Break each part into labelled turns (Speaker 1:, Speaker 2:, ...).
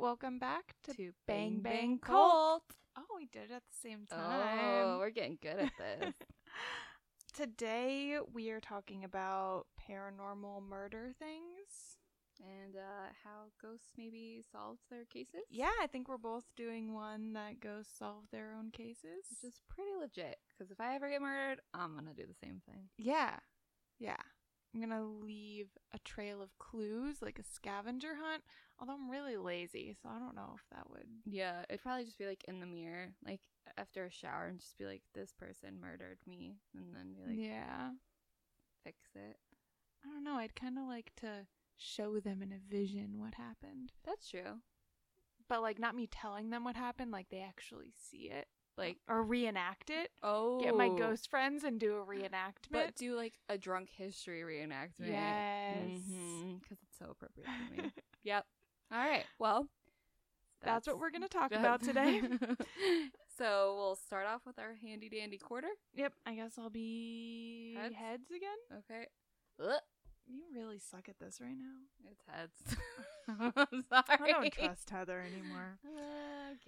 Speaker 1: welcome back to,
Speaker 2: To Bang
Speaker 1: Bang Bang
Speaker 2: Bang
Speaker 1: Cult. Oh, we did it at the same time.
Speaker 2: Oh, we're getting good at this.
Speaker 1: Today we are talking about paranormal murder things.
Speaker 2: and uh, how ghosts maybe solved their cases.
Speaker 1: Yeah, I think we're both doing one that goes solve their own cases.
Speaker 2: Which is pretty legit. Because if I ever get murdered, I'm going to do the same thing.
Speaker 1: yeah, yeah. I'm gonna leave a trail of clues, like a scavenger hunt. Although I'm really lazy, so I don't know if that would.
Speaker 2: Yeah, it'd probably just be like in the mirror, like after a shower, and just be like, this person murdered me. And then be like,
Speaker 1: yeah,
Speaker 2: fix it.
Speaker 1: I don't know. I'd kind of like to show them in a vision what happened,
Speaker 2: That's true.
Speaker 1: but like not me telling them what happened. Like they actually see it,
Speaker 2: Like,
Speaker 1: or reenact it.
Speaker 2: oh.
Speaker 1: Get my ghost friends and do a reenactment.
Speaker 2: But do like a drunk history reenactment.
Speaker 1: Yes.
Speaker 2: Because Mm-hmm, it's so appropriate for me. yep. All right. Well,
Speaker 1: That's what we're gonna talk about today.
Speaker 2: so we'll start off with our handy dandy quarter.
Speaker 1: Yep, I guess I'll be heads,
Speaker 2: Heads?
Speaker 1: again.
Speaker 2: Okay. Ugh,
Speaker 1: You really suck at this right now.
Speaker 2: it's heads. I'm sorry.
Speaker 1: I don't trust Heather anymore.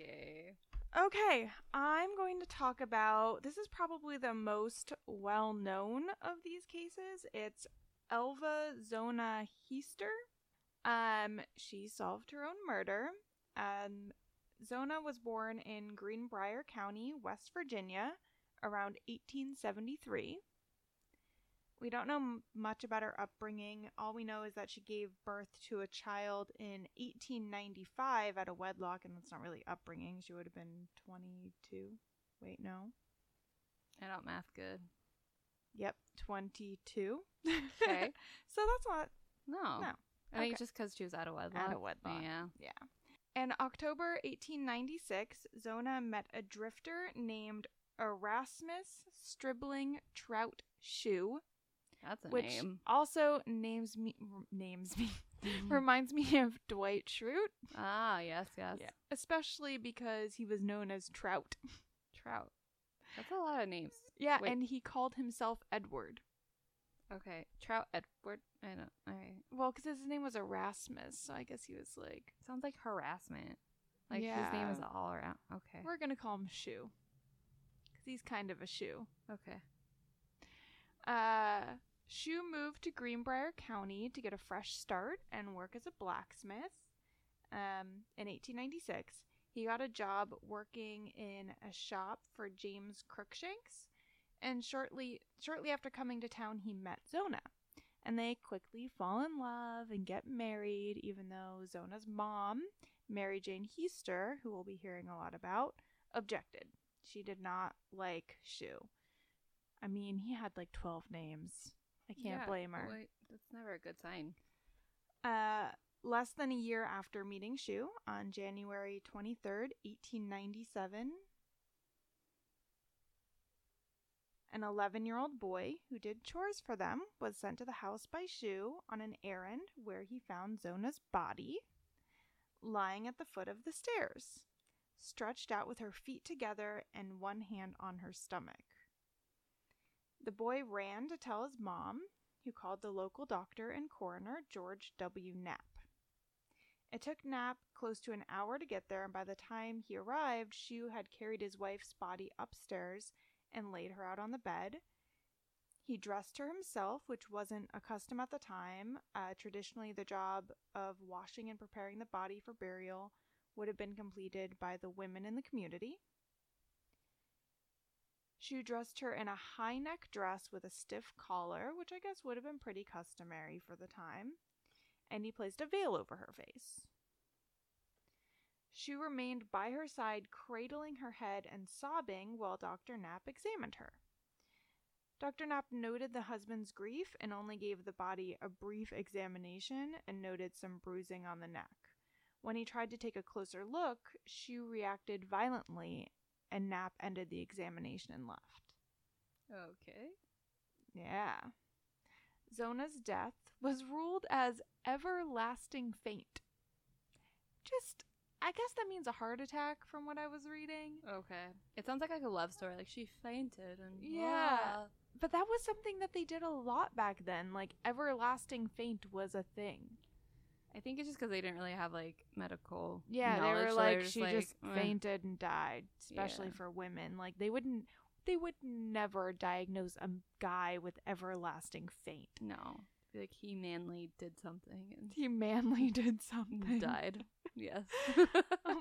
Speaker 2: Okay.
Speaker 1: Okay, I'm going to talk about this is probably the most well known of these cases. It's Elva Zona Heister. Um, she solved her own murder. Um, Zona was born in Greenbrier County, West Virginia, around 1873. We don't know m- much about her upbringing. All we know is that she gave birth to a child in 1895 out of wedlock, and that's not really upbringing. She would have been 22. Wait, no.
Speaker 2: I don't math good.
Speaker 1: Yep, 22.
Speaker 2: Okay.
Speaker 1: so that's not
Speaker 2: No.
Speaker 1: No.
Speaker 2: I think
Speaker 1: Okay.
Speaker 2: just because she was out of wedlock.
Speaker 1: out of wedlock.
Speaker 2: Yeah.
Speaker 1: In October 1896, Zona met a drifter named Erasmus Stribling Trout Shoe,
Speaker 2: That's a
Speaker 1: which
Speaker 2: name.
Speaker 1: also names me names me
Speaker 2: Mm.
Speaker 1: reminds me of Dwight Schrute,
Speaker 2: ah, yes, yes.
Speaker 1: especially because he was known as Trout.
Speaker 2: Trout. That's a lot of names.
Speaker 1: Yeah,
Speaker 2: Wait.
Speaker 1: and he called himself Edward.
Speaker 2: Okay. Trout Edward. I know. All right.
Speaker 1: Well, because his name was Erasmus, so I guess he was like,
Speaker 2: Sounds like harassment. Like his name is
Speaker 1: Yeah.
Speaker 2: all around. Okay.
Speaker 1: we're gonna call him Shoe, because he's kind of a shoe.
Speaker 2: Okay.
Speaker 1: Uh, Shu moved to Greenbrier County to get a fresh start and work as a blacksmith. Um, in 1896, he got a job working in a shop for James Cruikshanks, and shortly shortly after coming to town, he met Zona, and they quickly fall in love and get married. Even though Zona's mom, Mary Jane Heister, who we'll be hearing a lot about, objected. She did not like Shu. I mean, he had like 12 names. I can't
Speaker 2: Yeah,
Speaker 1: blame her.
Speaker 2: wait, that's never a good sign.
Speaker 1: Uh, less than a year after meeting Shu on January 23rd, 1897, an 11 year old boy who did chores for them was sent to the house by Shu on an errand where he found Zona's body lying at the foot of the stairs, stretched out with her feet together and one hand on her stomach. The boy ran to tell his mom, who called the local doctor and coroner George W. Knapp. It took Knapp close to an hour to get there, and by the time he arrived, Shu had carried his wife's body upstairs and laid her out on the bed. He dressed her himself, which wasn't a custom at the time. Uh, traditionally, the job of washing and preparing the body for burial would have been completed by the women in the community. She dressed her in a high neck dress with a stiff collar, which I guess would have been pretty customary for the time, and he placed a veil over her face. She remained by her side, cradling her head and sobbing while Dr. Knapp examined her. Dr. Knapp noted the husband's grief and only gave the body a brief examination and noted some bruising on the neck. When he tried to take a closer look, she reacted violently and Knapp ended the examination and left.
Speaker 2: Okay.
Speaker 1: Yeah. Zona's death was ruled as everlasting faint. Just, I guess that means a heart attack from what I was reading.
Speaker 2: Okay. It sounds like, like a love story. Like she fainted and
Speaker 1: Yeah. But that was something that they did a lot back then. Like, everlasting faint was a thing.
Speaker 2: I think it's just because they didn't really have like medical.
Speaker 1: Yeah, they
Speaker 2: knowledge,
Speaker 1: were
Speaker 2: so
Speaker 1: like
Speaker 2: just
Speaker 1: she
Speaker 2: like, "Mm."
Speaker 1: just
Speaker 2: "Ugh."
Speaker 1: fainted and died, especially
Speaker 2: Yeah.
Speaker 1: for women. Like they wouldn't they would never diagnose a guy with everlasting faint.
Speaker 2: No, Be like he manly did something
Speaker 1: He manly did something.
Speaker 2: and died. Yes.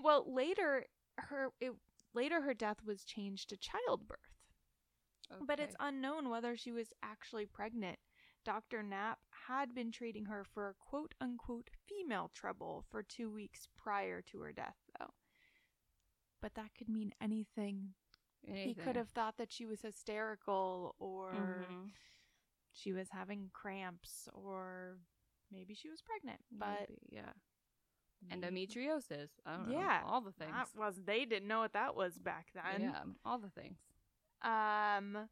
Speaker 1: well, later her it later her death was changed to childbirth. But it's
Speaker 2: Okay.
Speaker 1: unknown whether she was actually pregnant. Dr. Knapp had been treating her for quote unquote female trouble for two weeks prior to her death, though. But that could mean anything. He
Speaker 2: Anything.
Speaker 1: could have thought that she was hysterical or
Speaker 2: Mhm.
Speaker 1: she was having cramps or maybe she was pregnant. But
Speaker 2: Maybe, yeah, endometriosis. I don't know.
Speaker 1: Yeah,
Speaker 2: all the things.
Speaker 1: that was they didn't know what that was back then.
Speaker 2: yeah, all the things.
Speaker 1: Um,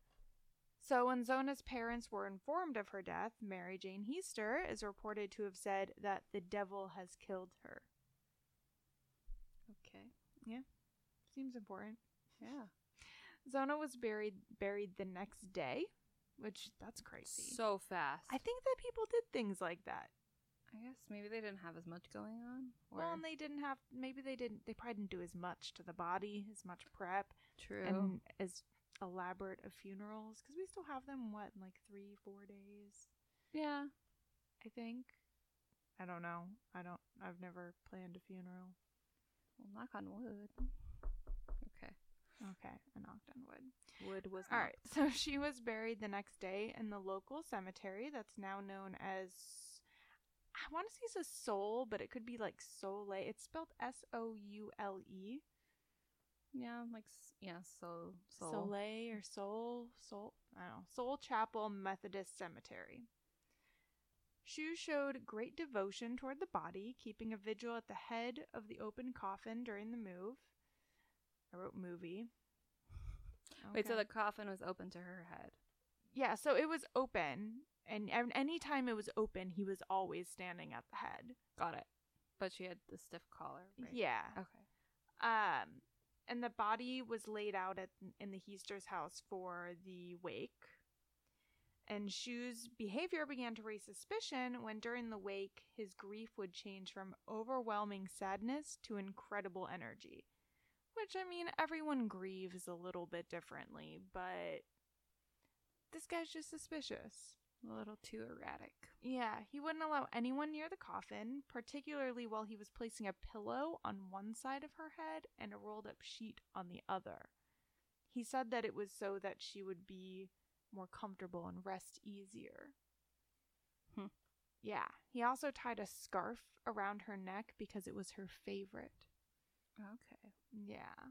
Speaker 1: so when Zona's parents were informed of her death, Mary Jane Heaster is reported to have said that the devil has killed her.
Speaker 2: Okay.
Speaker 1: Seems important.
Speaker 2: Yeah.
Speaker 1: Zona was buried buried the next day, which that's crazy.
Speaker 2: So fast.
Speaker 1: I think that people did things like that.
Speaker 2: I guess maybe they didn't have as much going on. Or
Speaker 1: Well, and they didn't have maybe they didn't they probably didn't do as much to the body, as much prep,
Speaker 2: true.
Speaker 1: and as elaborate of funerals because we still have them what in like three four days.
Speaker 2: yeah.
Speaker 1: I think. I don't know. I don't. I've never planned a funeral.
Speaker 2: Well, knock on wood. Okay.
Speaker 1: Okay, I knocked on wood.
Speaker 2: Wood was
Speaker 1: All right. So she was buried the next day in the local cemetery that's now known as. I want to say it's a soul, but it could be like sole. It's spelled S O U L E.
Speaker 2: Yeah, I'm like s- yeah, so so
Speaker 1: Soleil or Soul, Soul, I don't know, Soul Chapel Methodist Cemetery. Shu showed great devotion toward the body, keeping a vigil at the head of the open coffin during the move. I wrote movie.
Speaker 2: Wait, so
Speaker 1: Okay.
Speaker 2: the coffin was open to her head.
Speaker 1: yeah, so it was open, and and any time it was open, he was always standing at the head.
Speaker 2: Got it. But she had the stiff collar, right?
Speaker 1: Yeah.
Speaker 2: Okay.
Speaker 1: Um, and the body was laid out at in the Heaster's house for the wake. And Shu's behavior began to raise suspicion when, during the wake, his grief would change from overwhelming sadness to incredible energy. Which, I mean, everyone grieves a little bit differently, but this guy's just suspicious.
Speaker 2: A little too erratic.
Speaker 1: Yeah, he wouldn't allow anyone near the coffin, particularly while he was placing a pillow on one side of her head and a rolled up sheet on the other. He said that it was so that she would be more comfortable and rest easier.
Speaker 2: Hmm.
Speaker 1: Yeah, he also tied a scarf around her neck because it was her favorite.
Speaker 2: Okay.
Speaker 1: Yeah.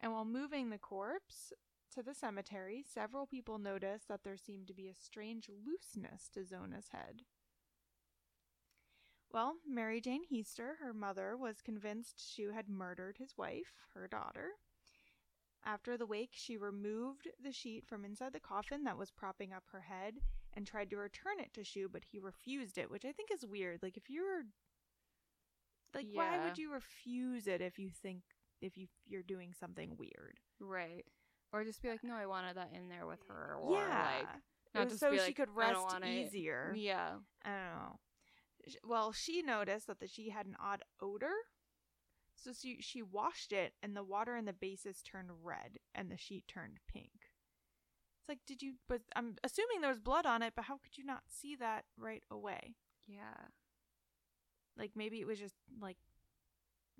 Speaker 1: And while moving the corpse to the cemetery, several people noticed that there seemed to be a strange looseness to Zona's head. Well, Mary Jane Heaster, her mother, was convinced Shu had murdered his wife, her daughter. After the wake, she removed the sheet from inside the coffin that was propping up her head and tried to return it to Shu, but he refused it, which I think is weird. Like, if you were. Like, why
Speaker 2: Yeah.
Speaker 1: would you refuse it if you think. If you, you're doing something weird?
Speaker 2: Right. Or just be like, no, I wanted that in there with her. Or like,
Speaker 1: It
Speaker 2: not
Speaker 1: was
Speaker 2: just
Speaker 1: so
Speaker 2: be
Speaker 1: she
Speaker 2: like,
Speaker 1: could
Speaker 2: "I don't
Speaker 1: rest
Speaker 2: want it."
Speaker 1: easier.
Speaker 2: yeah.
Speaker 1: I don't know. Sh- Well, she noticed that the, she had an odd odor. So she, she washed it, and the water in the bases turned red, and the sheet turned pink. It's like, did you? But I'm assuming there was blood on it, but how could you not see that right away?
Speaker 2: Yeah.
Speaker 1: Like maybe it was just like,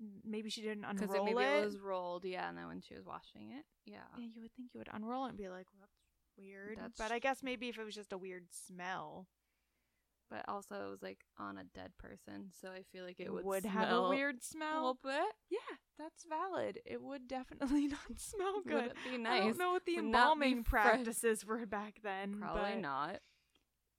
Speaker 1: m- maybe she didn't
Speaker 2: Because
Speaker 1: unroll it.
Speaker 2: maybe it was rolled. Yeah. And then when she was washing it. Yeah.
Speaker 1: yeah, you would think you would unroll it and be like, well, that's weird.
Speaker 2: That's-
Speaker 1: but I guess maybe if it was just a weird smell,
Speaker 2: But also, it was like on a dead person. So I feel like
Speaker 1: it
Speaker 2: it
Speaker 1: would,
Speaker 2: would,
Speaker 1: have a
Speaker 2: smell
Speaker 1: weird
Speaker 2: a
Speaker 1: smell. Oh,
Speaker 2: little bit.
Speaker 1: Yeah, that's valid. It would definitely not smell
Speaker 2: Would
Speaker 1: good.
Speaker 2: it be
Speaker 1: I
Speaker 2: nice?
Speaker 1: don't know what the
Speaker 2: Would not be
Speaker 1: embalming
Speaker 2: fresh.
Speaker 1: practices were back then.
Speaker 2: Probably
Speaker 1: but
Speaker 2: not.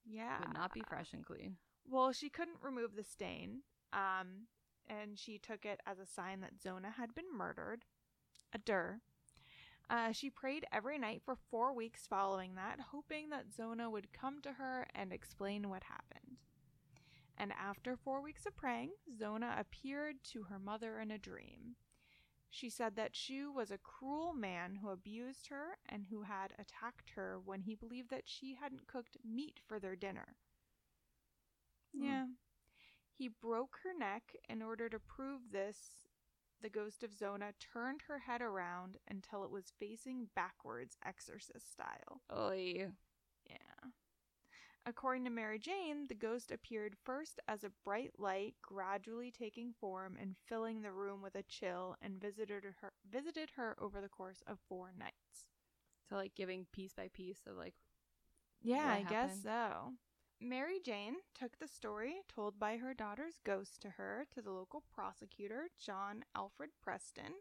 Speaker 1: Yeah.
Speaker 2: Would not be fresh and clean.
Speaker 1: Well, she couldn't remove the stain, um, and she took it as a sign that Zona had been murdered. A dur. Uh, she prayed every night for four weeks following that, hoping that Zona would come to her and explain what happened. And after four weeks of praying, Zona appeared to her mother in a dream. She said that Shu was a cruel man who abused her and who had attacked her when he believed that she hadn't cooked meat for their dinner.
Speaker 2: Hmm.
Speaker 1: Yeah. He broke her neck. In order to prove this, the ghost of Zona turned her head around until it was facing backwards, exorcist style.
Speaker 2: Oy.
Speaker 1: Yeah. According to Mary Jane, the ghost appeared first as a bright light, gradually taking form and filling the room with a chill, and visited her visited her over the course of four nights.
Speaker 2: So like giving piece by piece of like
Speaker 1: Yeah,
Speaker 2: what
Speaker 1: I guess so. Mary Jane took the story told by her daughter's ghost to her to the local prosecutor, John Alfred Preston.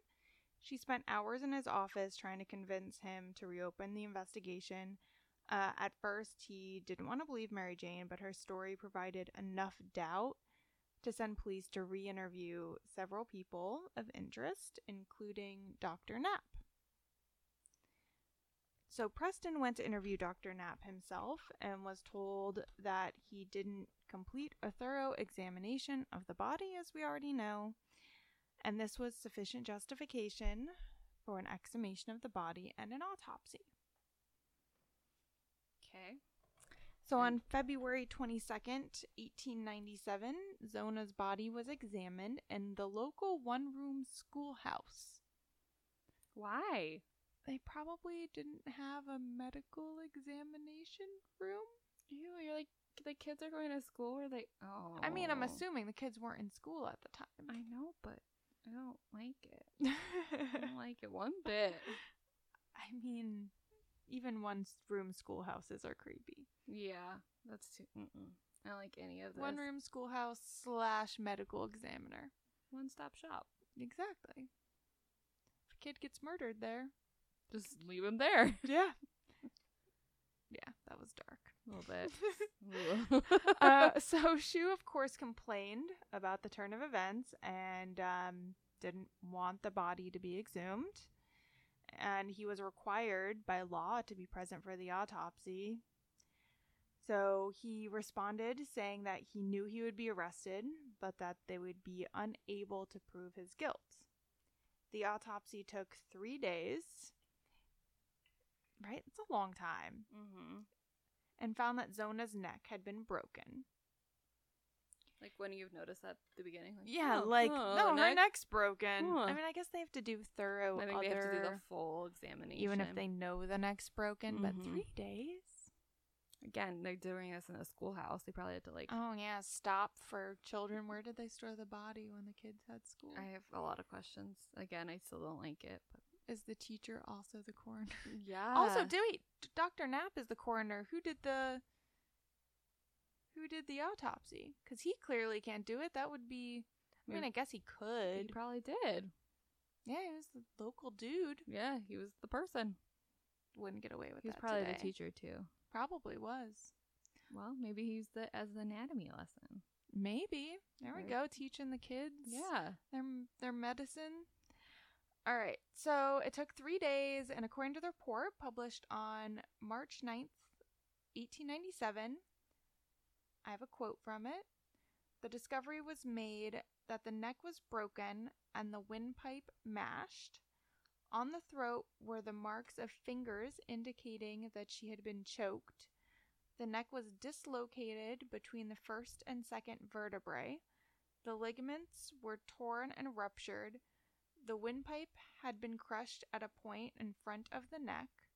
Speaker 1: She spent hours in his office trying to convince him to reopen the investigation. Uh, at first, he didn't want to believe Mary Jane, but her story provided enough doubt to send police to re interview several people of interest, including Dr. Knapp. So Preston went to interview Dr. Knapp himself and was told that he didn't complete a thorough examination of the body, as we already know, and this was sufficient justification for an exhumation of the body and an autopsy.
Speaker 2: okay.
Speaker 1: So
Speaker 2: Okay.
Speaker 1: on February 22nd, 1897, Zona's body was examined in the local one room schoolhouse.
Speaker 2: Why?
Speaker 1: They probably didn't have a medical examination room.
Speaker 2: Ew, you're like the kids are going to school or they oh
Speaker 1: I mean, I'm assuming the kids weren't in school at the
Speaker 2: I know, but I don't like it.
Speaker 1: time.
Speaker 2: I don't like it one bit.
Speaker 1: I mean, even one s- room schoolhouses are creepy.
Speaker 2: Yeah, that's too. Mm-mm. I don't like any of this.
Speaker 1: One room schoolhouse slash medical examiner.
Speaker 2: one stop shop.
Speaker 1: Exactly. If a kid gets murdered there.
Speaker 2: Just leave him there
Speaker 1: Yeah. Yeah, that was dark.
Speaker 2: a little bit. Ooh.
Speaker 1: uh, so Shu, of course, complained about the turn of events and um, didn't want the body to be exhumed. And he was required by law to be present for the autopsy. So he responded saying that he knew he would be arrested, but that they would be unable to prove his guilt. The autopsy took three days. Right? It's a long time Mm-hmm.
Speaker 2: Mhm.
Speaker 1: and found that Zona's neck had been broken.
Speaker 2: Like when you've noticed that at the beginning. Like,
Speaker 1: Yeah,
Speaker 2: oh,
Speaker 1: like
Speaker 2: oh,
Speaker 1: no, her
Speaker 2: neck.
Speaker 1: neck's broken.
Speaker 2: Huh.
Speaker 1: I mean, I guess they have to do thorough
Speaker 2: I think
Speaker 1: other,
Speaker 2: they have to do the full examination.
Speaker 1: even if they know the neck's broken. But
Speaker 2: Mhm.
Speaker 1: three days.
Speaker 2: again, they're doing this in a schoolhouse. They probably had to like.
Speaker 1: Oh yeah, stop for children. Where did they store the body when the kids had school?
Speaker 2: I have a lot of questions. Again, I still don't like it. But
Speaker 1: Is the teacher also the coroner?
Speaker 2: yeah.
Speaker 1: Also, do wait, Doctor Knapp is the coroner. Who did the? Who did the autopsy? Because he clearly can't do it. That would be. I mean, I guess he
Speaker 2: he
Speaker 1: could.
Speaker 2: probably did.
Speaker 1: Yeah, he was the local dude.
Speaker 2: Yeah, he was the person.
Speaker 1: Wouldn't get away with
Speaker 2: He was
Speaker 1: that.
Speaker 2: probably
Speaker 1: today.
Speaker 2: the teacher too.
Speaker 1: Probably was.
Speaker 2: Well, maybe he's the as the anatomy lesson.
Speaker 1: Maybe. There we
Speaker 2: Right.
Speaker 1: go, teaching the kids.
Speaker 2: Yeah.
Speaker 1: Their their medicine. All right. So it took three days, and according to the report published on March 9th, 1897, I have a quote from it. The discovery was made that the neck was broken and the windpipe mashed. On the throat were the marks of fingers indicating that she had been choked. The neck was dislocated between the first and second vertebrae. The ligaments were torn and ruptured. The windpipe had been crushed at a point in front of the neck.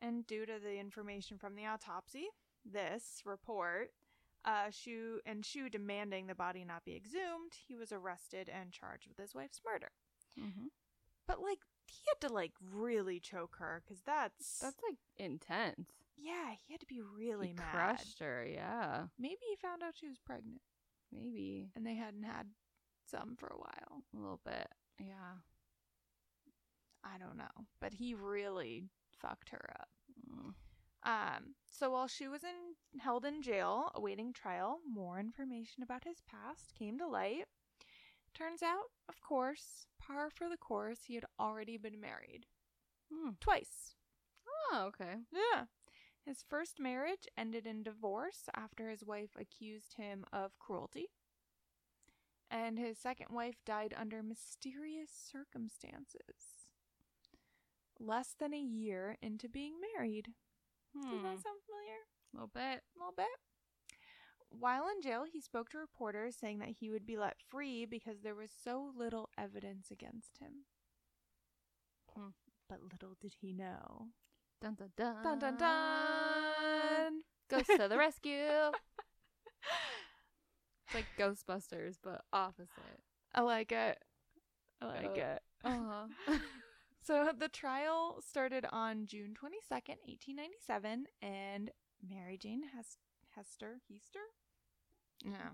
Speaker 1: And due to the information from the autopsy, this report, uh, Shu and Shu demanding the body not be exhumed, he was arrested and charged with his wife's murder.
Speaker 2: Mm-hmm.
Speaker 1: But like, he had to like really choke her because that's,
Speaker 2: That's like intense.
Speaker 1: yeah, he had to be really
Speaker 2: he
Speaker 1: mad.
Speaker 2: crushed her. Yeah,
Speaker 1: Maybe he found out she was pregnant
Speaker 2: maybe
Speaker 1: and they hadn't had some for a while.
Speaker 2: a little bit. Yeah.
Speaker 1: I don't know. But he really fucked her up.
Speaker 2: Mm.
Speaker 1: Um, so while she was in held in jail awaiting trial, more information about his past came to light. Turns out, of course, par for the course, he had already been married
Speaker 2: Hmm.
Speaker 1: twice.
Speaker 2: Oh, okay.
Speaker 1: Yeah. His first marriage ended in divorce after his wife accused him of cruelty. And his second wife died under mysterious circumstances. Less than a year into being married.
Speaker 2: Hmm.
Speaker 1: Does that sound familiar?
Speaker 2: little bit.
Speaker 1: A little bit? While in jail, he spoke to reporters saying that he would be let free because there was so little evidence against him.
Speaker 2: Hmm.
Speaker 1: But little did he know. Ah.
Speaker 2: Dun dun dun.
Speaker 1: Dun dun dun!
Speaker 2: Ghost to the rescue. It's like Ghostbusters, but opposite.
Speaker 1: I like it. I
Speaker 2: Oh.
Speaker 1: like it.
Speaker 2: Uh-huh.
Speaker 1: So the trial started on June 22nd, 1897, and Mary Jane Hes- Hester, Hester? Yeah,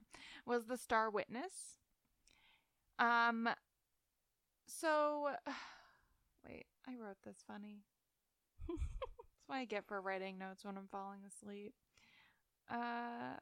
Speaker 1: was the star witness. Um, so, wait, I wrote this funny. That's what I get for writing notes when I'm falling asleep. Uh,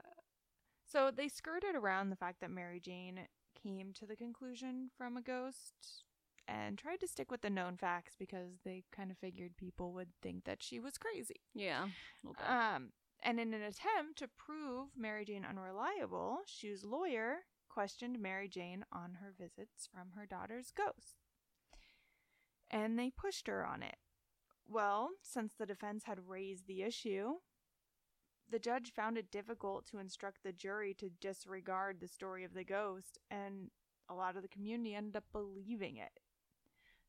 Speaker 1: so they skirted around the fact that Mary Jane came to the conclusion from a ghost and tried to stick with the known facts because they kind of figured people would think that she was crazy.
Speaker 2: yeah. a little bit.
Speaker 1: Um, and in an attempt to prove Mary Jane unreliable, Shue's lawyer questioned Mary Jane on her visits from her daughter's ghost. And they pushed her on it. Well, since the defense had raised the issue, the judge found it difficult to instruct the jury to disregard the story of the ghost, and a lot of the community ended up believing it.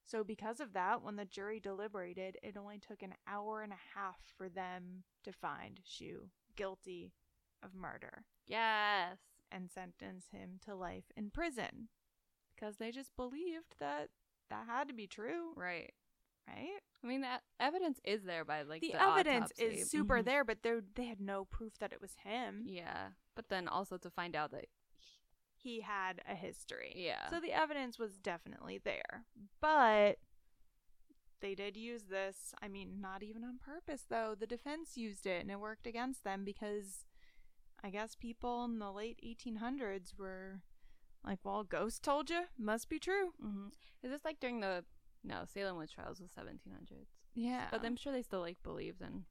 Speaker 1: So, because of that, when the jury deliberated, it only took an hour and a half for them to find Shu guilty of murder
Speaker 2: yes.
Speaker 1: and sentence him to life in prison because they just believed that that had to be true,
Speaker 2: Right.
Speaker 1: right?
Speaker 2: I mean, that evidence is there by like
Speaker 1: the,
Speaker 2: the,
Speaker 1: evidence
Speaker 2: autopsy.
Speaker 1: is super
Speaker 2: Mhm.
Speaker 1: there, but there- they had no proof that it was him.
Speaker 2: Yeah, but then also to find out that
Speaker 1: He had a history.
Speaker 2: yeah,
Speaker 1: So the evidence was definitely there, but they did use this. I mean, not even on purpose, though. The defense used it and it worked against them because I guess people in the late 1800s were like, well, ghost told you, must be true.
Speaker 2: hmm is this like during the no Salem witch trials was seventeen hundreds?
Speaker 1: Yeah.
Speaker 2: But I'm sure they still like believed in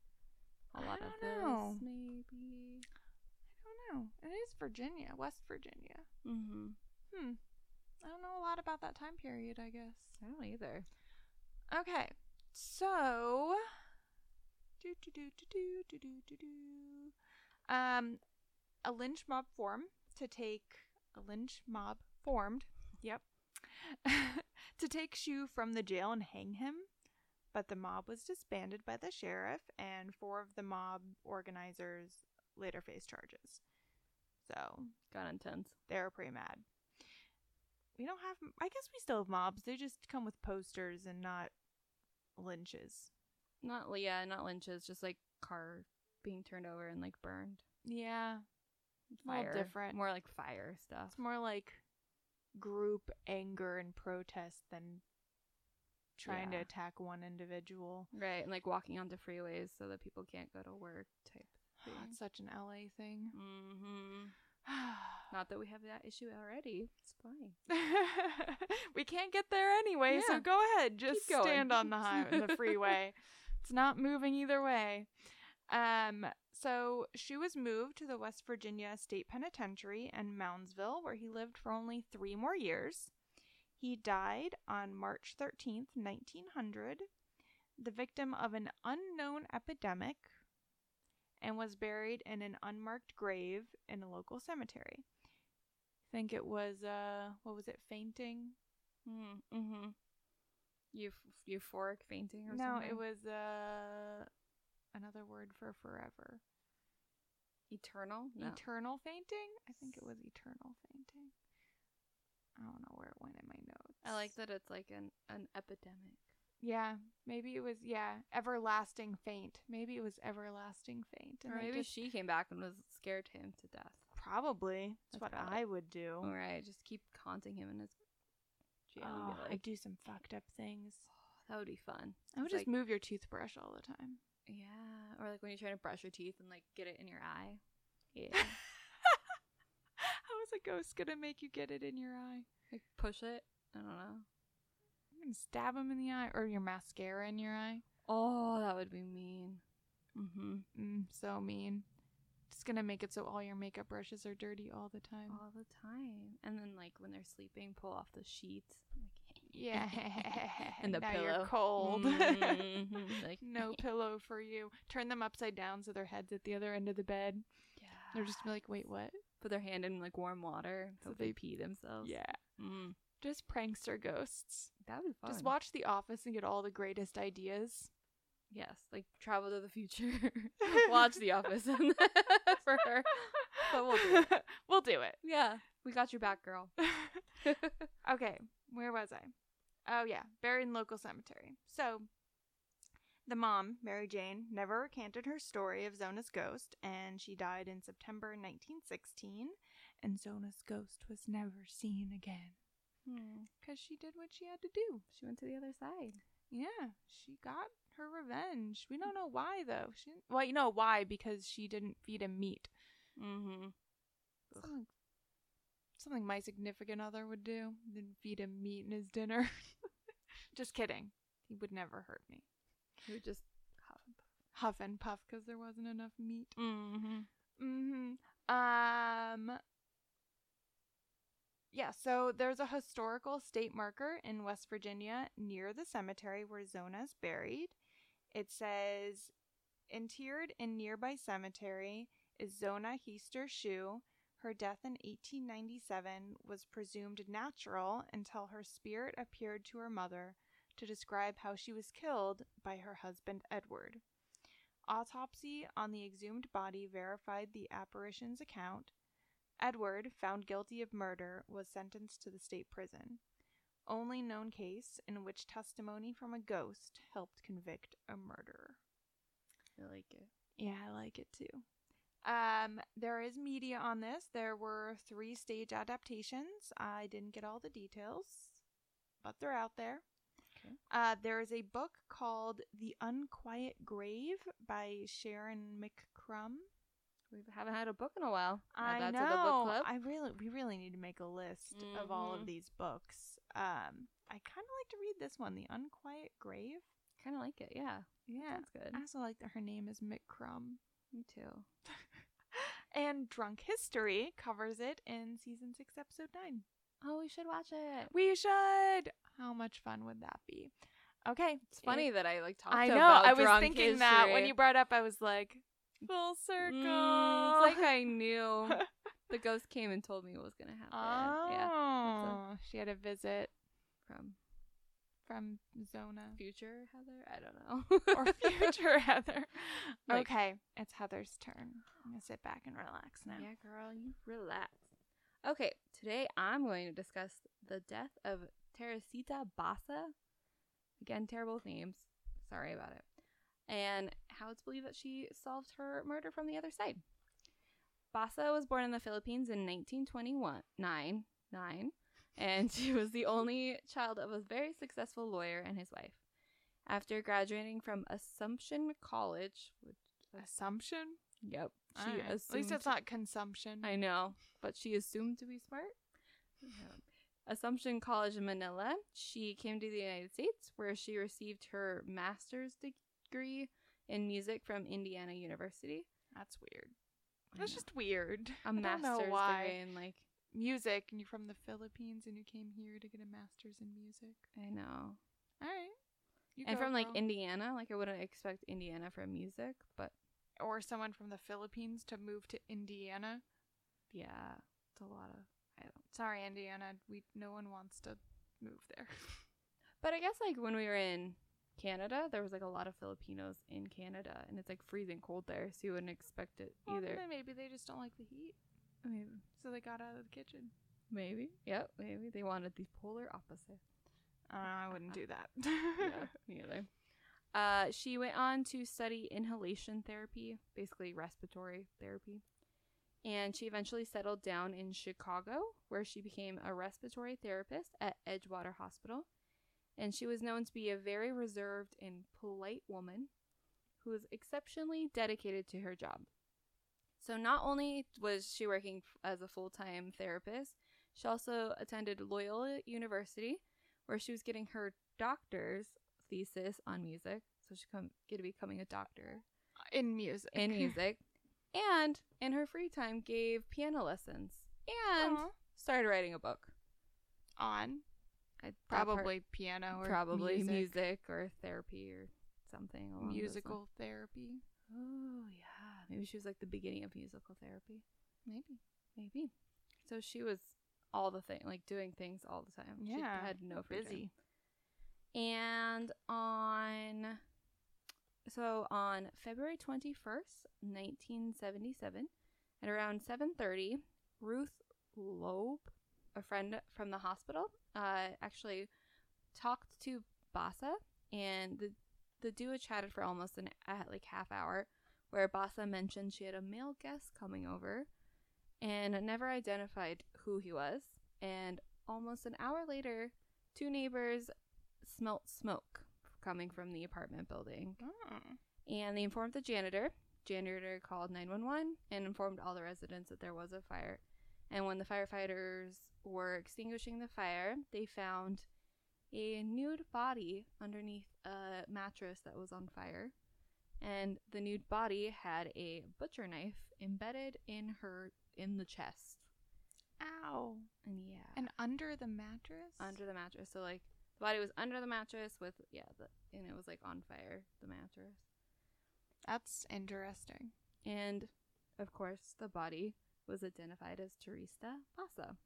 Speaker 2: a
Speaker 1: I
Speaker 2: lot of
Speaker 1: don't know.
Speaker 2: this, maybe.
Speaker 1: I don't know. It is Virginia, West Virginia.
Speaker 2: Mm-hmm.
Speaker 1: Hmm. I don't know a lot about that time period, I guess.
Speaker 2: I don't either.
Speaker 1: Okay, so do do do do do do do do do. Um, a lynch mob form to take a lynch mob formed. Yep. to take Shu from the jail and hang him, but the mob was disbanded by the sheriff, and four of the mob organizers later faced charges. So
Speaker 2: Got intense.
Speaker 1: they were pretty mad. We don't have. I guess we still have mobs. They just come with posters and not lynches.
Speaker 2: Not yeah, not lynches, just like car being turned over and like burned.
Speaker 1: Yeah, a little
Speaker 2: Fire,
Speaker 1: different.
Speaker 2: More like fire stuff.
Speaker 1: it's more like group anger and protest than trying
Speaker 2: Yeah.
Speaker 1: to attack one individual.
Speaker 2: Right, and like walking onto freeways so that people can't go to work type thing.
Speaker 1: it's such an LA thing.
Speaker 2: Mm-hmm. Not that we have that issue already. It's fine.
Speaker 1: we can't get there anyway, so
Speaker 2: Yeah.
Speaker 1: go ahead. Just
Speaker 2: going.
Speaker 1: stand on the highway, the freeway. It's not moving either way. Um, so she was moved to the West Virginia State Penitentiary in Moundsville, where he lived for only three more years. He died on March 13th, 1900, the victim of an unknown epidemic, and was buried in an unmarked grave in a local cemetery. I think it was, uh, what was it, fainting? Mm,
Speaker 2: Mm-hmm. Euf- euphoric fainting or
Speaker 1: No,
Speaker 2: something?
Speaker 1: it was, uh, another word for forever.
Speaker 2: eternal. No.
Speaker 1: Eternal fainting? I think it was eternal fainting. I don't know where it went in my notes.
Speaker 2: I like that it's like an an epidemic.
Speaker 1: Yeah, maybe it was yeah, everlasting faint. Maybe it was everlasting faint.
Speaker 2: Or
Speaker 1: they
Speaker 2: maybe
Speaker 1: just-
Speaker 2: she came back and was scared him to death.
Speaker 1: probably
Speaker 2: That's
Speaker 1: that's, what
Speaker 2: probably-
Speaker 1: I would do.
Speaker 2: All right, just keep haunting him in his jail. and be
Speaker 1: Oh,
Speaker 2: like,
Speaker 1: I'd do some fucked up things.
Speaker 2: "Oh, that would be fun.
Speaker 1: I would
Speaker 2: It's
Speaker 1: just
Speaker 2: like-
Speaker 1: move your toothbrush all the time.
Speaker 2: Yeah, or like when you're trying to brush your teeth and like get it in your eye. Yeah,
Speaker 1: How is a ghost "Oh, gonna make you get it in your eye?
Speaker 2: like push it. I don't know.
Speaker 1: I'm gonna stab him in the eye, or your mascara in your eye.
Speaker 2: Oh, that would be mean. Mm-hmm.
Speaker 1: Mm, so mean. Just gonna make it so all your makeup brushes are dirty all the time.
Speaker 2: All the time, and then like when they're sleeping, pull off the sheets. Like,
Speaker 1: Yeah,
Speaker 2: and the
Speaker 1: now
Speaker 2: pillow.
Speaker 1: you're cold.
Speaker 2: Mhm, Like
Speaker 1: no pillow for you. Turn them upside down so their heads at the other end of the bed.
Speaker 2: Yeah.
Speaker 3: They're just gonna be like, wait, what?
Speaker 2: Put their hand in like warm water.
Speaker 3: So
Speaker 2: So they
Speaker 3: they-
Speaker 2: pee themselves.
Speaker 3: Yeah.
Speaker 2: Mm,
Speaker 3: Just prankster ghosts.
Speaker 2: that'd be fun.
Speaker 3: Just watch The Office and get all the greatest ideas.
Speaker 2: Yes, like travel to the future. watch The Office and- for her. But we'll do it.
Speaker 1: we'll do it.
Speaker 2: Yeah, we got your back, girl.
Speaker 1: okay, where was I? Oh yeah, buried in local cemetery. So the mom, Mary Jane, never recanted her story of Zona's ghost, and she died in September 1916, and Zona's ghost was never seen again because she did what she had to do.
Speaker 2: She went to the other side.
Speaker 1: Yeah, she got her revenge. We don't know why though. She didn't-
Speaker 3: Well, you know why? Because she didn't feed him meat.
Speaker 2: Mm-hmm. Ugh.
Speaker 3: Something, something my significant other would do. Then feed him meat in his dinner. Just kidding. He would never hurt me.
Speaker 2: You would just.
Speaker 3: Huff and puff because there wasn't enough meat.
Speaker 2: Mm-hmm.
Speaker 1: Mm-hmm. Um. Yeah, so there's a historical state marker in West Virginia near the cemetery where Zona's buried. It says, interred in nearby cemetery is Zona Heaster Shu. Her death in 1897 was presumed natural until her spirit appeared to her mother to describe how she was killed by her husband Edward. Autopsy on the exhumed body verified the apparition's account. Edward, found guilty of murder, was sentenced to the state prison. Only known case in which testimony from a ghost helped convict a murderer.
Speaker 2: I like it.
Speaker 1: Yeah, I like it too. Um, there is media on this. There were three stage adaptations. I didn't get all the details, but they're out there.
Speaker 2: Okay.
Speaker 1: Uh, there is a book called The Unquiet Grave by Sharon McCrum.
Speaker 2: We haven't had a book in Uh, a while.
Speaker 1: I
Speaker 2: Add that To
Speaker 1: know.
Speaker 2: the book club.
Speaker 1: I really, we really need to make a list of all
Speaker 2: Mhm.
Speaker 1: of these books. Um, I kind of like to read this one, The Unquiet Grave.
Speaker 2: kind of like it. Yeah.
Speaker 1: Yeah,
Speaker 2: That's good.
Speaker 1: I also like that her name is McCrum.
Speaker 2: Me too.
Speaker 1: And Drunk History covers it in season six, episode nine.
Speaker 2: Oh, we should watch it.
Speaker 1: We should. How much fun would that be? Okay,
Speaker 2: It's funny
Speaker 1: It-
Speaker 2: that I like talked
Speaker 1: I know.
Speaker 2: about
Speaker 1: I was
Speaker 2: drunk
Speaker 1: thinking that when
Speaker 2: history.
Speaker 1: you brought up, I was like, full circle.
Speaker 2: Mm, it's like I knew the ghost came and told me what was gonna happen.
Speaker 1: oh,
Speaker 2: Yeah,
Speaker 1: she had a visit
Speaker 2: from
Speaker 1: from Zona
Speaker 2: future Heather. I don't know.
Speaker 1: or future Heather.
Speaker 2: Like-
Speaker 1: okay, it's Heather's turn. I'm gonna sit back and relax now.
Speaker 2: yeah, girl, you relax. Okay, today I'm going to discuss the death of Teresita Bassa. Again, terrible names. Sorry about it. And how it's believed that she solved her murder from the other side. Bassa was born in the Philippines in 1921. Nine. Nine. And she was the only child of a very successful lawyer and his wife. After graduating from Assumption College, which,
Speaker 1: Assumption.
Speaker 2: yep, she
Speaker 1: Alright. At least
Speaker 2: assumed-
Speaker 1: it's not consumption.
Speaker 2: I know, but she assumed to be smart. Assumption College in Manila. She came to the United States where she received her master's degree in music from Indiana University.
Speaker 1: That's weird.
Speaker 2: I
Speaker 1: That's
Speaker 2: know.
Speaker 1: just weird.
Speaker 2: a
Speaker 1: I don't know
Speaker 2: master's
Speaker 1: why.
Speaker 2: degree in like
Speaker 1: music and you're from the Philippines and you came here to get a master's in music.
Speaker 2: I know.
Speaker 1: All right. You
Speaker 2: and
Speaker 1: go,
Speaker 2: from like
Speaker 1: girl.
Speaker 2: Indiana, like I wouldn't expect Indiana for music, but
Speaker 1: or someone from the Philippines to move to Indiana.
Speaker 2: yeah, it's a lot of I don't
Speaker 1: Sorry, Indiana, we no one wants to move there.
Speaker 2: But I guess like when we were in Canada, there was like a lot of Filipinos in Canada and it's like freezing cold there, so you wouldn't expect it
Speaker 1: Well,
Speaker 2: either.
Speaker 1: then maybe they just don't like the heat,
Speaker 2: I mean,
Speaker 1: so they got out of the kitchen.
Speaker 2: Maybe. Yep, maybe. They wanted the polar opposite.
Speaker 1: Uh, I wouldn't do that.
Speaker 2: Yeah, me either. Uh, she went on to study inhalation therapy, basically respiratory therapy. And she eventually settled down in Chicago, where she became a respiratory therapist at Edgewater Hospital. And she was known to be a very reserved and polite woman who was exceptionally dedicated to her job. So, not only was she working f- as a full time therapist, she also attended Loyola University, where she was getting her doctor's thesis on music. So she come get to becoming a doctor
Speaker 1: in music.
Speaker 2: in music, and in her free time gave piano lessons and
Speaker 1: Aw.
Speaker 2: started writing a book.
Speaker 1: on
Speaker 2: I, that part-
Speaker 1: probably piano or
Speaker 2: probably music.
Speaker 1: music,
Speaker 2: or therapy or something along those lines.
Speaker 1: musical therapy.
Speaker 2: Oh yeah, maybe she was like the beginning of musical therapy. Maybe, maybe. So she was all the thing, like doing things all the time. She
Speaker 1: Yeah,
Speaker 2: had no free time.
Speaker 1: Busy.
Speaker 2: And on so on February 21st, 1977, at around 7:30, Ruth Loeb, a friend from the hospital, uh, actually talked to Bassa and the the duo chatted for almost an uh, like half hour where Bassa mentioned she had a male guest coming over and never identified who he was and almost an hour later two neighbors smelt smoke coming from the apartment building.
Speaker 1: Mm.
Speaker 2: And they informed the janitor. Janitor called 911 and informed all the residents that there was a fire. And when the firefighters were extinguishing the fire, they found a nude body underneath a mattress that was on fire. And the nude body had a butcher knife embedded in her in the chest.
Speaker 1: Ow.
Speaker 2: And yeah.
Speaker 1: And under the mattress?
Speaker 2: under the mattress. So like the body was under the mattress with yeah, the, and it was like on fire the mattress.
Speaker 1: That's interesting.
Speaker 2: And of course, the body was identified as Teresa Bassa.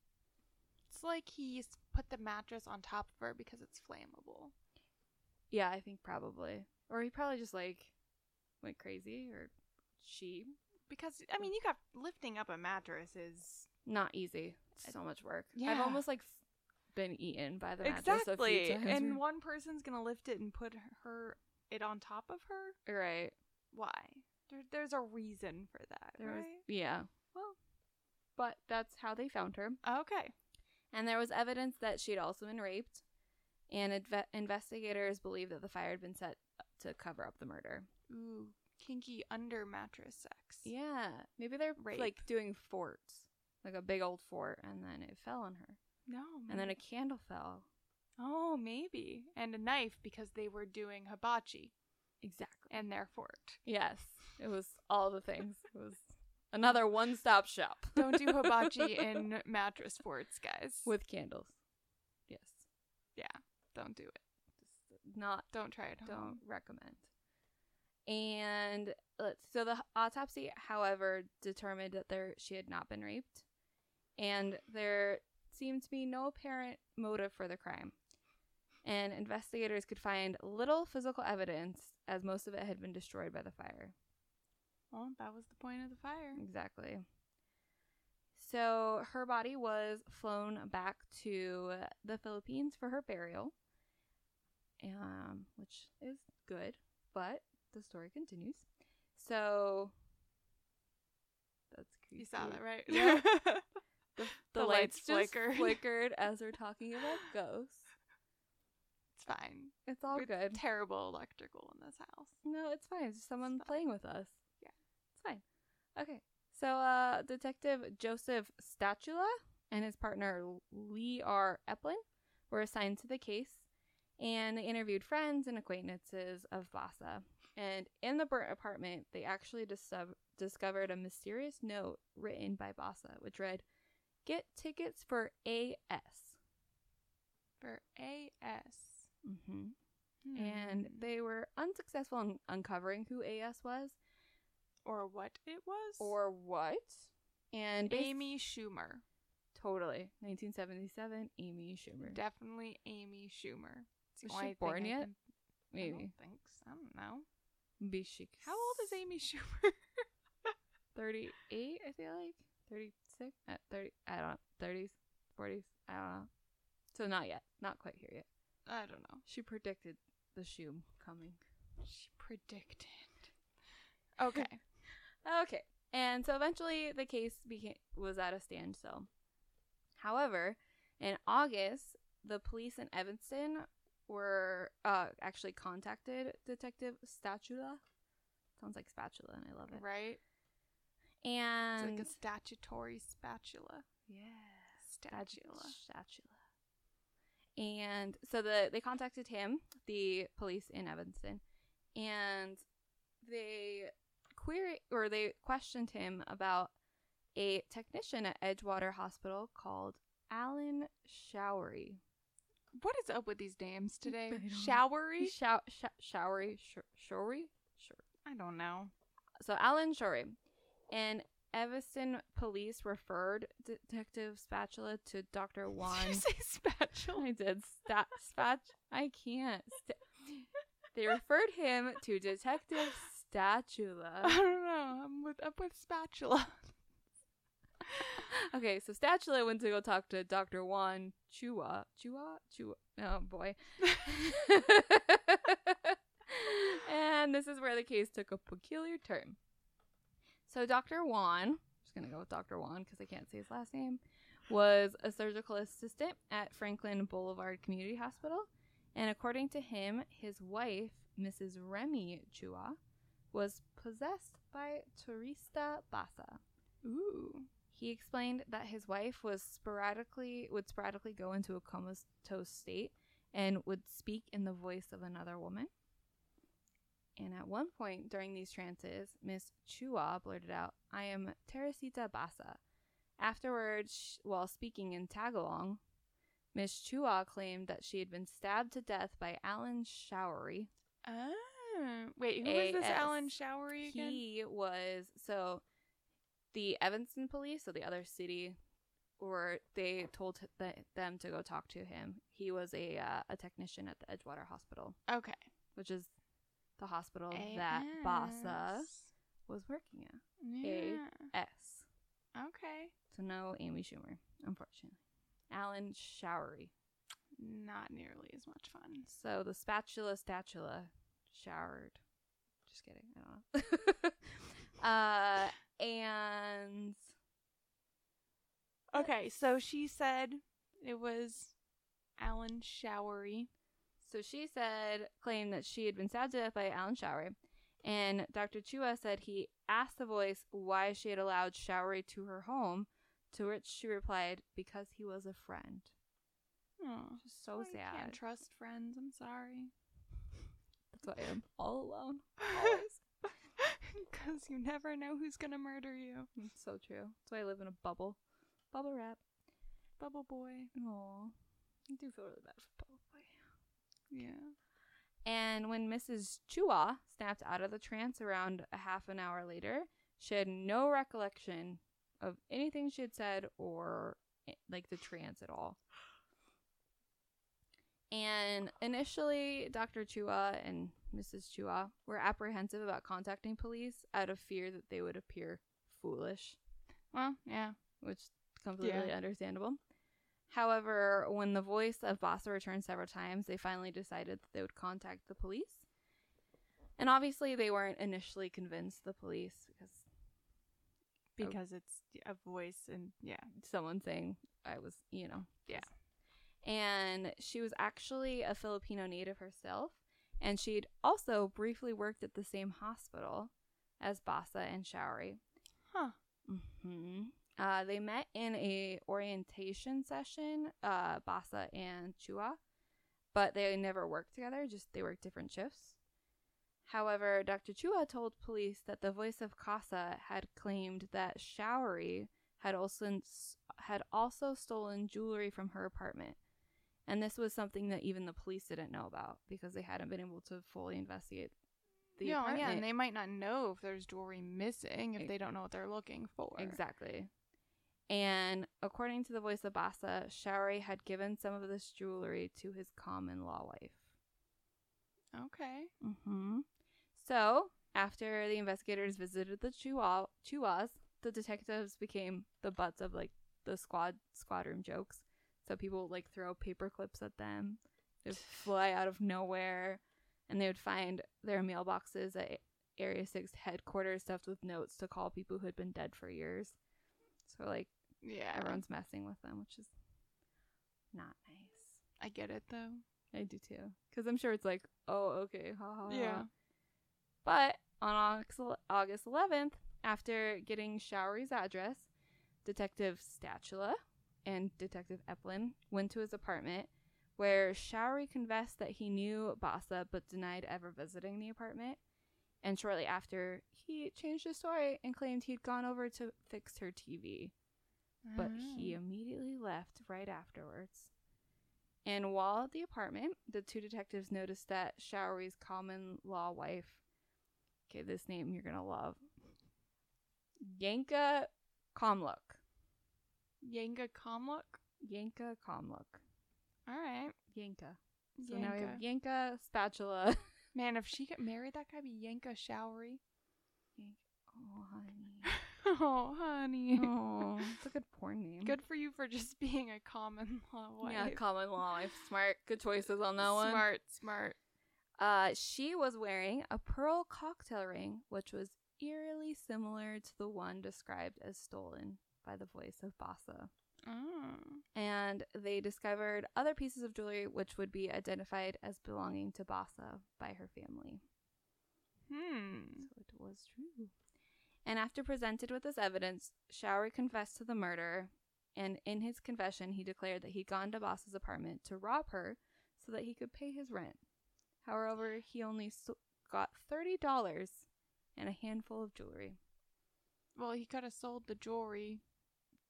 Speaker 1: It's like he's put the mattress on top of her because it's flammable.
Speaker 2: Yeah, I think probably, or he probably just like went crazy, or she.
Speaker 1: Because, I mean, you got lifting up a mattress is.
Speaker 2: Not easy. So much work. I've
Speaker 1: Yeah.
Speaker 2: almost like been eaten by the mattress a
Speaker 1: Exactly.
Speaker 2: few times.
Speaker 1: And one person's going to lift it and put her it on top of her?
Speaker 2: right.
Speaker 1: Why? There, there's a reason for that.
Speaker 2: There was
Speaker 1: right?
Speaker 2: yeah.
Speaker 1: Well.
Speaker 2: but that's how they found her.
Speaker 1: okay.
Speaker 2: and there was evidence that she'd also been raped, and adve- investigators believe that the fire had been set to cover up the murder.
Speaker 1: Ooh, kinky under mattress sex.
Speaker 2: Yeah, maybe they're
Speaker 1: Rape.
Speaker 2: like doing forts, like a big old fort, and then it fell on her,
Speaker 1: No.
Speaker 2: and then
Speaker 1: maybe.
Speaker 2: a candle fell.
Speaker 1: oh, maybe. And a knife because they were doing hibachi
Speaker 2: Exactly.
Speaker 1: and their fort.
Speaker 2: Yes, it was all the things. It was another one-stop shop.
Speaker 1: Don't do hibachi in mattress forts, guys.
Speaker 2: with candles. Yes,
Speaker 1: don't do it.
Speaker 2: just not
Speaker 1: Don't try it.
Speaker 2: don't recommend. And let's, so the autopsy, however, determined that there she had not been raped, and there seemed to be no apparent motive for the crime. And investigators could find little physical evidence, as most of it had been destroyed by the fire.
Speaker 1: Well, that was the point of the fire.
Speaker 2: Exactly. So her body was flown back to the Philippines for her burial, um, which is good, but the story continues. So that's creepy.
Speaker 1: You saw that, right?
Speaker 2: Yeah. The,
Speaker 1: The
Speaker 2: the lights,
Speaker 1: lights
Speaker 2: just
Speaker 1: flickered.
Speaker 2: flickered as we're talking about ghosts.
Speaker 1: it's fine.
Speaker 2: It's all
Speaker 1: It's
Speaker 2: good.
Speaker 1: Terrible electrical in this house.
Speaker 2: No, it's fine. It's just someone
Speaker 1: fine.
Speaker 2: playing with us.
Speaker 1: Yeah.
Speaker 2: It's fine. Okay. So, uh, Detective Joseph Statula and his partner Lee R. Eplin were assigned to the case and they interviewed friends and acquaintances of Vasa. And in the burnt apartment, they actually discover- discovered a mysterious note written by Vasa, which read, Get tickets for AS.
Speaker 1: For AS.
Speaker 2: Mm-hmm.
Speaker 1: Hmm.
Speaker 2: And they were unsuccessful in uncovering who AS was.
Speaker 1: or what it was?
Speaker 2: or what? And bas-
Speaker 1: Amy Schumer.
Speaker 2: totally 1977, Amy Schumer.
Speaker 1: Definitely Amy Schumer. It's the
Speaker 2: Was
Speaker 1: only
Speaker 2: she
Speaker 1: thing
Speaker 2: born
Speaker 1: I
Speaker 2: yet?
Speaker 1: can- I
Speaker 2: Maybe.
Speaker 1: don't think so. I don't know.
Speaker 2: Be she-
Speaker 1: How old is Amy Schumer?
Speaker 2: 38, I feel like 36, uh, 30. I don't know. 30s, 40s. I don't know. So not yet, not quite here yet.
Speaker 1: I don't know.
Speaker 2: She predicted the shoe coming.
Speaker 1: She predicted. Okay.
Speaker 2: Okay. And so eventually the case became was at a standstill. However, in August, the police in Evanston were uh, actually contacted Detective Statula. Sounds like spatula, and I love it.
Speaker 1: right? It's
Speaker 2: And
Speaker 1: like a statutory spatula.
Speaker 2: yeah.
Speaker 1: Statula.
Speaker 2: Statula. And so the they contacted him, the police in Evanston, and they query or they questioned him about a technician at Edgewater Hospital called Alan Showery.
Speaker 1: What is up with these names today?
Speaker 2: I don't know.
Speaker 1: Showery?
Speaker 2: Show, sh- showery, Sh- showery, sure.
Speaker 1: I don't know.
Speaker 2: so Alan Shorey and Evanston police referred De- Detective Spatula to Dr. Juan.
Speaker 3: Did you say spatula?
Speaker 2: I did. Stat- spat. I can't. Sta- they referred him to Detective
Speaker 3: I
Speaker 2: Statula.
Speaker 3: don't know. I'm with up with spatula.
Speaker 2: Okay, so Statula went to go talk to Dr. Juan Chua. Chua? Chua. Oh, boy. and this is where the case took a peculiar turn. So Dr. Juan, I'm just going to go with Dr. Juan because I can't say his last name, was a surgical assistant at Franklin Boulevard Community Hospital. And according to him, his wife, Mrs. Remy Chua, was possessed by Teresa Bassa.
Speaker 3: Ooh.
Speaker 2: He explained that his wife was sporadically would sporadically go into a comatose state and would speak in the voice of another woman. And at one point during these trances, Miss Chua blurted out, "I am Teresita Bassa." Afterwards, sh- while speaking in Tagalog, Miss Chua claimed that she had been stabbed to death by Alan Showery.
Speaker 3: Ah. Wait, who is this
Speaker 2: AS.
Speaker 3: Alan Showery again?
Speaker 2: He was so the Evanston police, so the other city, were they told h- th- them to go talk to him. He was a uh, a technician at the Edgewater Hospital,
Speaker 3: okay.
Speaker 2: which is the hospital that Bassa
Speaker 3: AS.
Speaker 2: was working at.
Speaker 3: Yeah.
Speaker 2: S.
Speaker 3: Okay.
Speaker 2: So no Amy Schumer, unfortunately. Alan Showery.
Speaker 3: Not nearly as much fun.
Speaker 2: So the spatula statula showered. Just kidding. I don't know. uh, and
Speaker 3: Okay, so she said it was Alan Showery.
Speaker 2: so she said, claimed that she had been stabbed to death by Alan Showery. And Dr. Chua said he asked the voice why she had allowed Showery to her home, to which she replied, because he was a friend.
Speaker 3: Oh,
Speaker 2: Which is so
Speaker 3: I
Speaker 2: sad.
Speaker 3: can't trust friends. I'm sorry.
Speaker 2: That's why I'm all alone.
Speaker 3: Because you never know who's gonna murder you.
Speaker 2: It's so true. That's why I live in a bubble. Bubble wrap.
Speaker 3: Bubble boy.
Speaker 2: Aww. I do feel really bad for Bubble Boy.
Speaker 3: Yeah.
Speaker 2: And when Mrs. Chua snapped out of the trance around a half an hour later, she had no recollection of anything she had said or eh, like the trance at all. And initially, Dr. Chua and Mrs. Chua were apprehensive about contacting police out of fear that they would appear foolish
Speaker 3: Well, yeah.
Speaker 2: which is completely understandable. However, when the voice of Bassa returned several times, they finally decided that they would contact the police. And obviously, they weren't initially convinced the police because
Speaker 1: Because it's a voice and yeah.
Speaker 2: someone saying I was, you know.
Speaker 3: Yeah.
Speaker 2: And she was actually a Filipino native herself, and she'd also briefly worked at the same hospital as Bassa and Showery.
Speaker 3: Huh.
Speaker 2: hmm Uh, they met in a orientation session, uh, Bassa and Chua, but they never worked together. Just they worked different shifts. However, Dr. Chua told police that the voice of Casa had claimed that Showery had also had also stolen jewelry from her apartment, and this was something that even the police didn't know about because they hadn't been able to fully investigate the
Speaker 3: yeah,
Speaker 2: apartment.
Speaker 3: yeah, and they might not know if there's jewelry missing if
Speaker 2: Ex-
Speaker 3: they don't know what they're looking for.
Speaker 2: Exactly. And according to the voice of Bassa, Shari had given some of this jewelry to his common law wife.
Speaker 3: Okay.
Speaker 2: Mm-hmm. So, after the investigators visited the Chua- Chuas, the detectives became the butts of like the squad squad room jokes. So people would like throw paper clips at them. They'd fly out of nowhere, and they would find their mailboxes at Area Six headquarters stuffed with notes to call people who had been dead for years. So like
Speaker 3: Yeah.
Speaker 2: everyone's messing with them, which is not nice.
Speaker 3: I get it though.
Speaker 2: I do too, because I'm sure it's like, oh, okay, ha ha. ha.
Speaker 3: Yeah.
Speaker 2: But on August- August 11th, after getting Showery's address, Detective Statula and Detective Eplin went to his apartment, where Showery confessed that he knew Bassa but denied ever visiting the apartment. And shortly after, he changed his story and claimed he'd gone over to fix her TV but
Speaker 1: Ah. Mm.
Speaker 2: he uh, immediately left right afterwards. And while at the apartment, the two detectives noticed that Showery's common law wife, okay, this name you're gonna love, Yanka Komluk.
Speaker 1: Yanka Komluk.
Speaker 2: Yanka Komluk.
Speaker 1: All right.
Speaker 2: Yanka. So now we have
Speaker 1: Yanka.
Speaker 2: Yanka Spatula.
Speaker 1: Man, if she got married, that guy'd be Yanka Showery.
Speaker 2: oh, honey.
Speaker 1: oh, honey.
Speaker 2: Oh, it's a good porn name.
Speaker 1: Good for you for just being a common law wife.
Speaker 2: Yeah, common law. wife. Smart. Good choices on that one.
Speaker 1: Smart, smart.
Speaker 2: Uh, she was wearing a pearl cocktail ring, which was eerily similar to the one described as stolen by the voice of Bassa.
Speaker 1: Oh.
Speaker 2: And they discovered other pieces of jewelry which would be identified as belonging to Bassa by her family.
Speaker 1: Hmm.
Speaker 2: So it was true. And after presented with this evidence, Showery confessed to the murder, and in his confession, he declared that he'd gone to Boss's apartment to rob her so that he could pay his rent. However, he only so- got $30 and a handful of jewelry.
Speaker 1: Well, he could have sold the jewelry,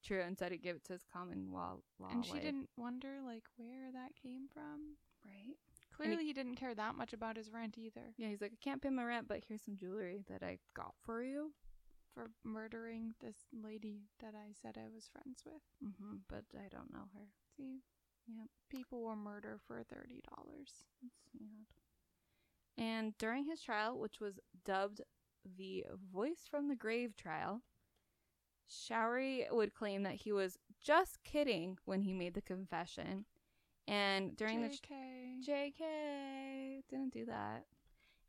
Speaker 2: True, and said he'd give it to his common law. law
Speaker 1: and she
Speaker 2: wife.
Speaker 1: didn't wonder like where that came from.
Speaker 2: Right?
Speaker 1: Clearly, he, didn't care that much about his rent either
Speaker 2: Yeah, he's like, I can't pay my rent, but here's some jewelry that I got for you.
Speaker 1: for murdering this lady that I said I was friends with.
Speaker 2: hmm but I don't know her.
Speaker 1: Mm-hmm. See,
Speaker 2: Yep.
Speaker 1: people will murder for thirty dollars.
Speaker 2: And during his trial, which was dubbed the Voice from the Grave trial, Showery would claim that he was just kidding when he made the confession. And during the
Speaker 1: JK.
Speaker 2: JK didn't do that.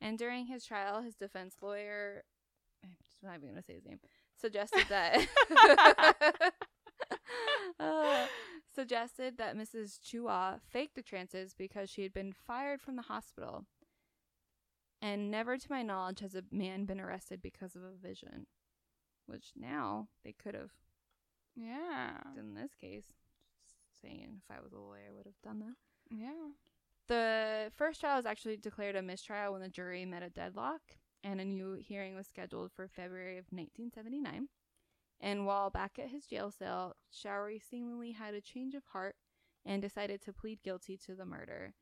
Speaker 2: And during his trial, his defense lawyer, I'm just not even going to say his name, suggested that. Uh, suggested that Mrs. Chua faked the trances because she had been fired from the hospital. And never to my knowledge has a man been arrested because of a vision, which now they could have
Speaker 1: yeah,
Speaker 2: in this case. Just saying, if I was a lawyer, I would have done that.
Speaker 1: yeah.
Speaker 2: The first trial was actually declared a mistrial when the jury met a deadlock, and a new hearing was scheduled for February of 1979. And while back at his jail cell, Showery seemingly had a change of heart and decided to plead guilty to the murder,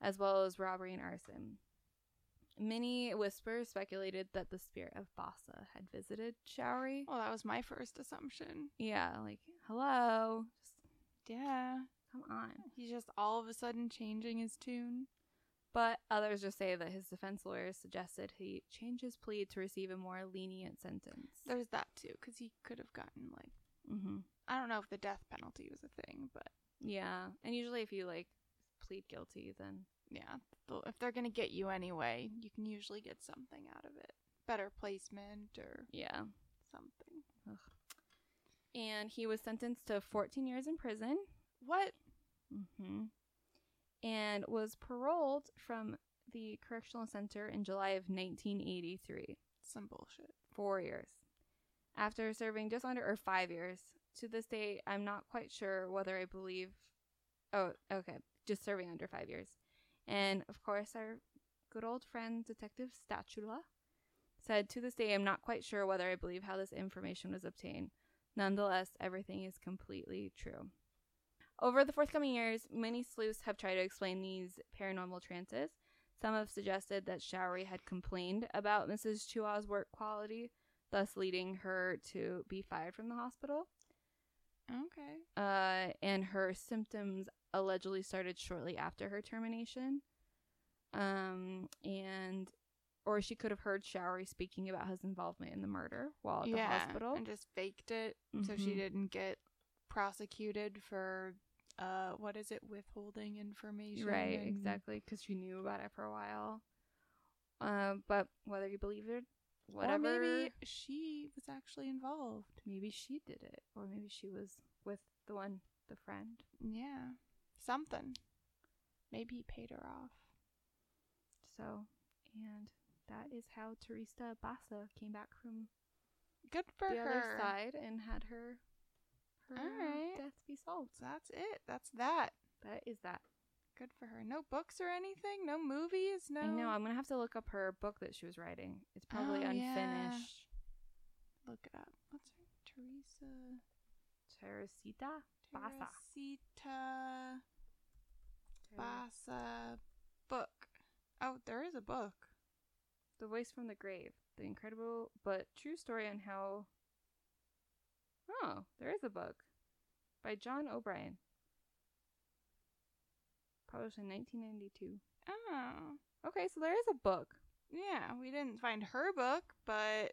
Speaker 2: as well as robbery and arson. Many whispers speculated that the spirit of Bassa had visited Showery.
Speaker 1: Well, that was my first assumption.
Speaker 2: Yeah, like, hello, just
Speaker 1: Yeah,
Speaker 2: come on.
Speaker 1: he's just all of a sudden changing his tune.
Speaker 2: But others just say that his defense lawyers suggested he change his plea to receive a more lenient sentence.
Speaker 1: There's that too, because he could have gotten like
Speaker 2: hmm
Speaker 1: I don't know if the death penalty was a thing, but
Speaker 2: Yeah, and usually if you like plead guilty, then
Speaker 1: yeah, th- if they're gonna get you anyway, you can usually get something out of it, better placement or
Speaker 2: yeah.
Speaker 1: something.
Speaker 2: And he was sentenced to 14 years in prison,
Speaker 1: What?
Speaker 2: hmm and was paroled from the correctional center in July of 1983.
Speaker 1: Some bullshit.
Speaker 2: four years. After serving just under or five years, to this day, I'm not quite sure whether I believe. Oh, okay, just serving under five years, and of course, our good old friend Detective Statula said, "To this day, I'm not quite sure whether I believe how this information was obtained. Nonetheless, everything is completely true." Over the forthcoming years, many sleuths have tried to explain these paranormal trances. Some have suggested that Showery had complained about Mrs. Chua's work quality, thus leading her to be fired from the hospital.
Speaker 1: Okay.
Speaker 2: Uh, and her symptoms allegedly started shortly after her termination. Um, and or she could have heard Showery speaking about his involvement in the murder while at the hospital.
Speaker 1: and just faked it so she
Speaker 2: Mhm.
Speaker 1: didn't get prosecuted for uh what is it withholding information
Speaker 2: Right,
Speaker 1: and-
Speaker 2: exactly, because she knew about it for a while. Uh, but whether you believe it, whatever.
Speaker 1: or maybe she was actually involved
Speaker 2: Maybe she did it, or maybe she was with the one, the friend.
Speaker 1: yeah something maybe he paid her off
Speaker 2: So, and that is how Teresa Bassa came back from
Speaker 1: good for
Speaker 2: the
Speaker 1: her
Speaker 2: other side and had her her
Speaker 1: Alright.
Speaker 2: death be solved.
Speaker 1: So that's it that's that
Speaker 2: That is that.
Speaker 1: good for her no books or anything no movies no
Speaker 2: I know I'm gonna have to look up her book that she was writing. It's probably
Speaker 1: Oh, yeah.
Speaker 2: unfinished.
Speaker 1: look it up what's her teresa
Speaker 2: Teresita Bassa.
Speaker 1: Teresita Bassa book. Oh, there is a book.
Speaker 2: The Voice from the Grave: The Incredible but True Story on How Oh, there is a book by John O'Brien. Published in 1992.
Speaker 1: Oh,
Speaker 2: Okay, so there is a book.
Speaker 1: yeah. We didn't find her book, but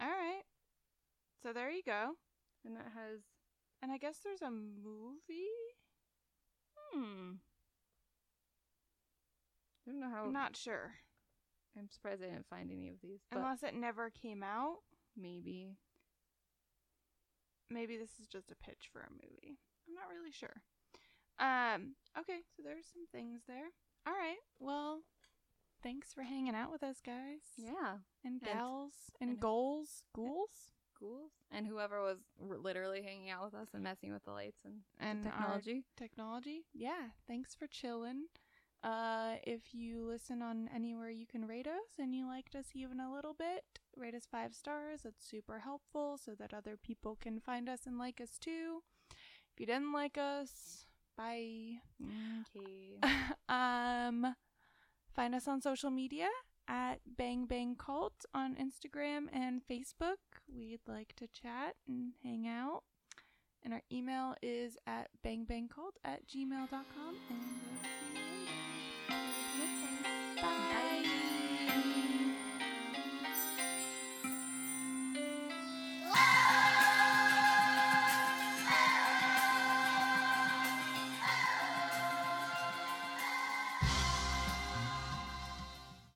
Speaker 1: all right. So there you go.
Speaker 2: And that has.
Speaker 1: And I guess there's a movie.
Speaker 2: Hmm. I don't know how.
Speaker 1: I'm not sure.
Speaker 2: I'm surprised I didn't find any of these. But
Speaker 1: Unless it never came out.
Speaker 2: maybe.
Speaker 1: Maybe this is just a pitch for a movie. I'm not really sure. Um, okay, so there's some things there. All right. Well, thanks for hanging out with us guys.
Speaker 2: Yeah.
Speaker 1: And gals and,
Speaker 2: and-
Speaker 1: goals, ghouls,
Speaker 2: Ghouls. And whoever was r- literally hanging out with us and messing with the lights and
Speaker 1: and our
Speaker 2: technology.
Speaker 1: technology. Yeah, thanks for chilling. Uh, if you listen on anywhere you can rate us and you liked us even a little bit, rate us five stars. That's super helpful so that other people can find us and like us too. If you didn't like us, bye.
Speaker 2: Mm, Okay.
Speaker 1: um, find us on social media at Bang Bang Cult on Instagram and Facebook. We'd like to chat and hang out. And our email is at bangbangcult at gmail.com. And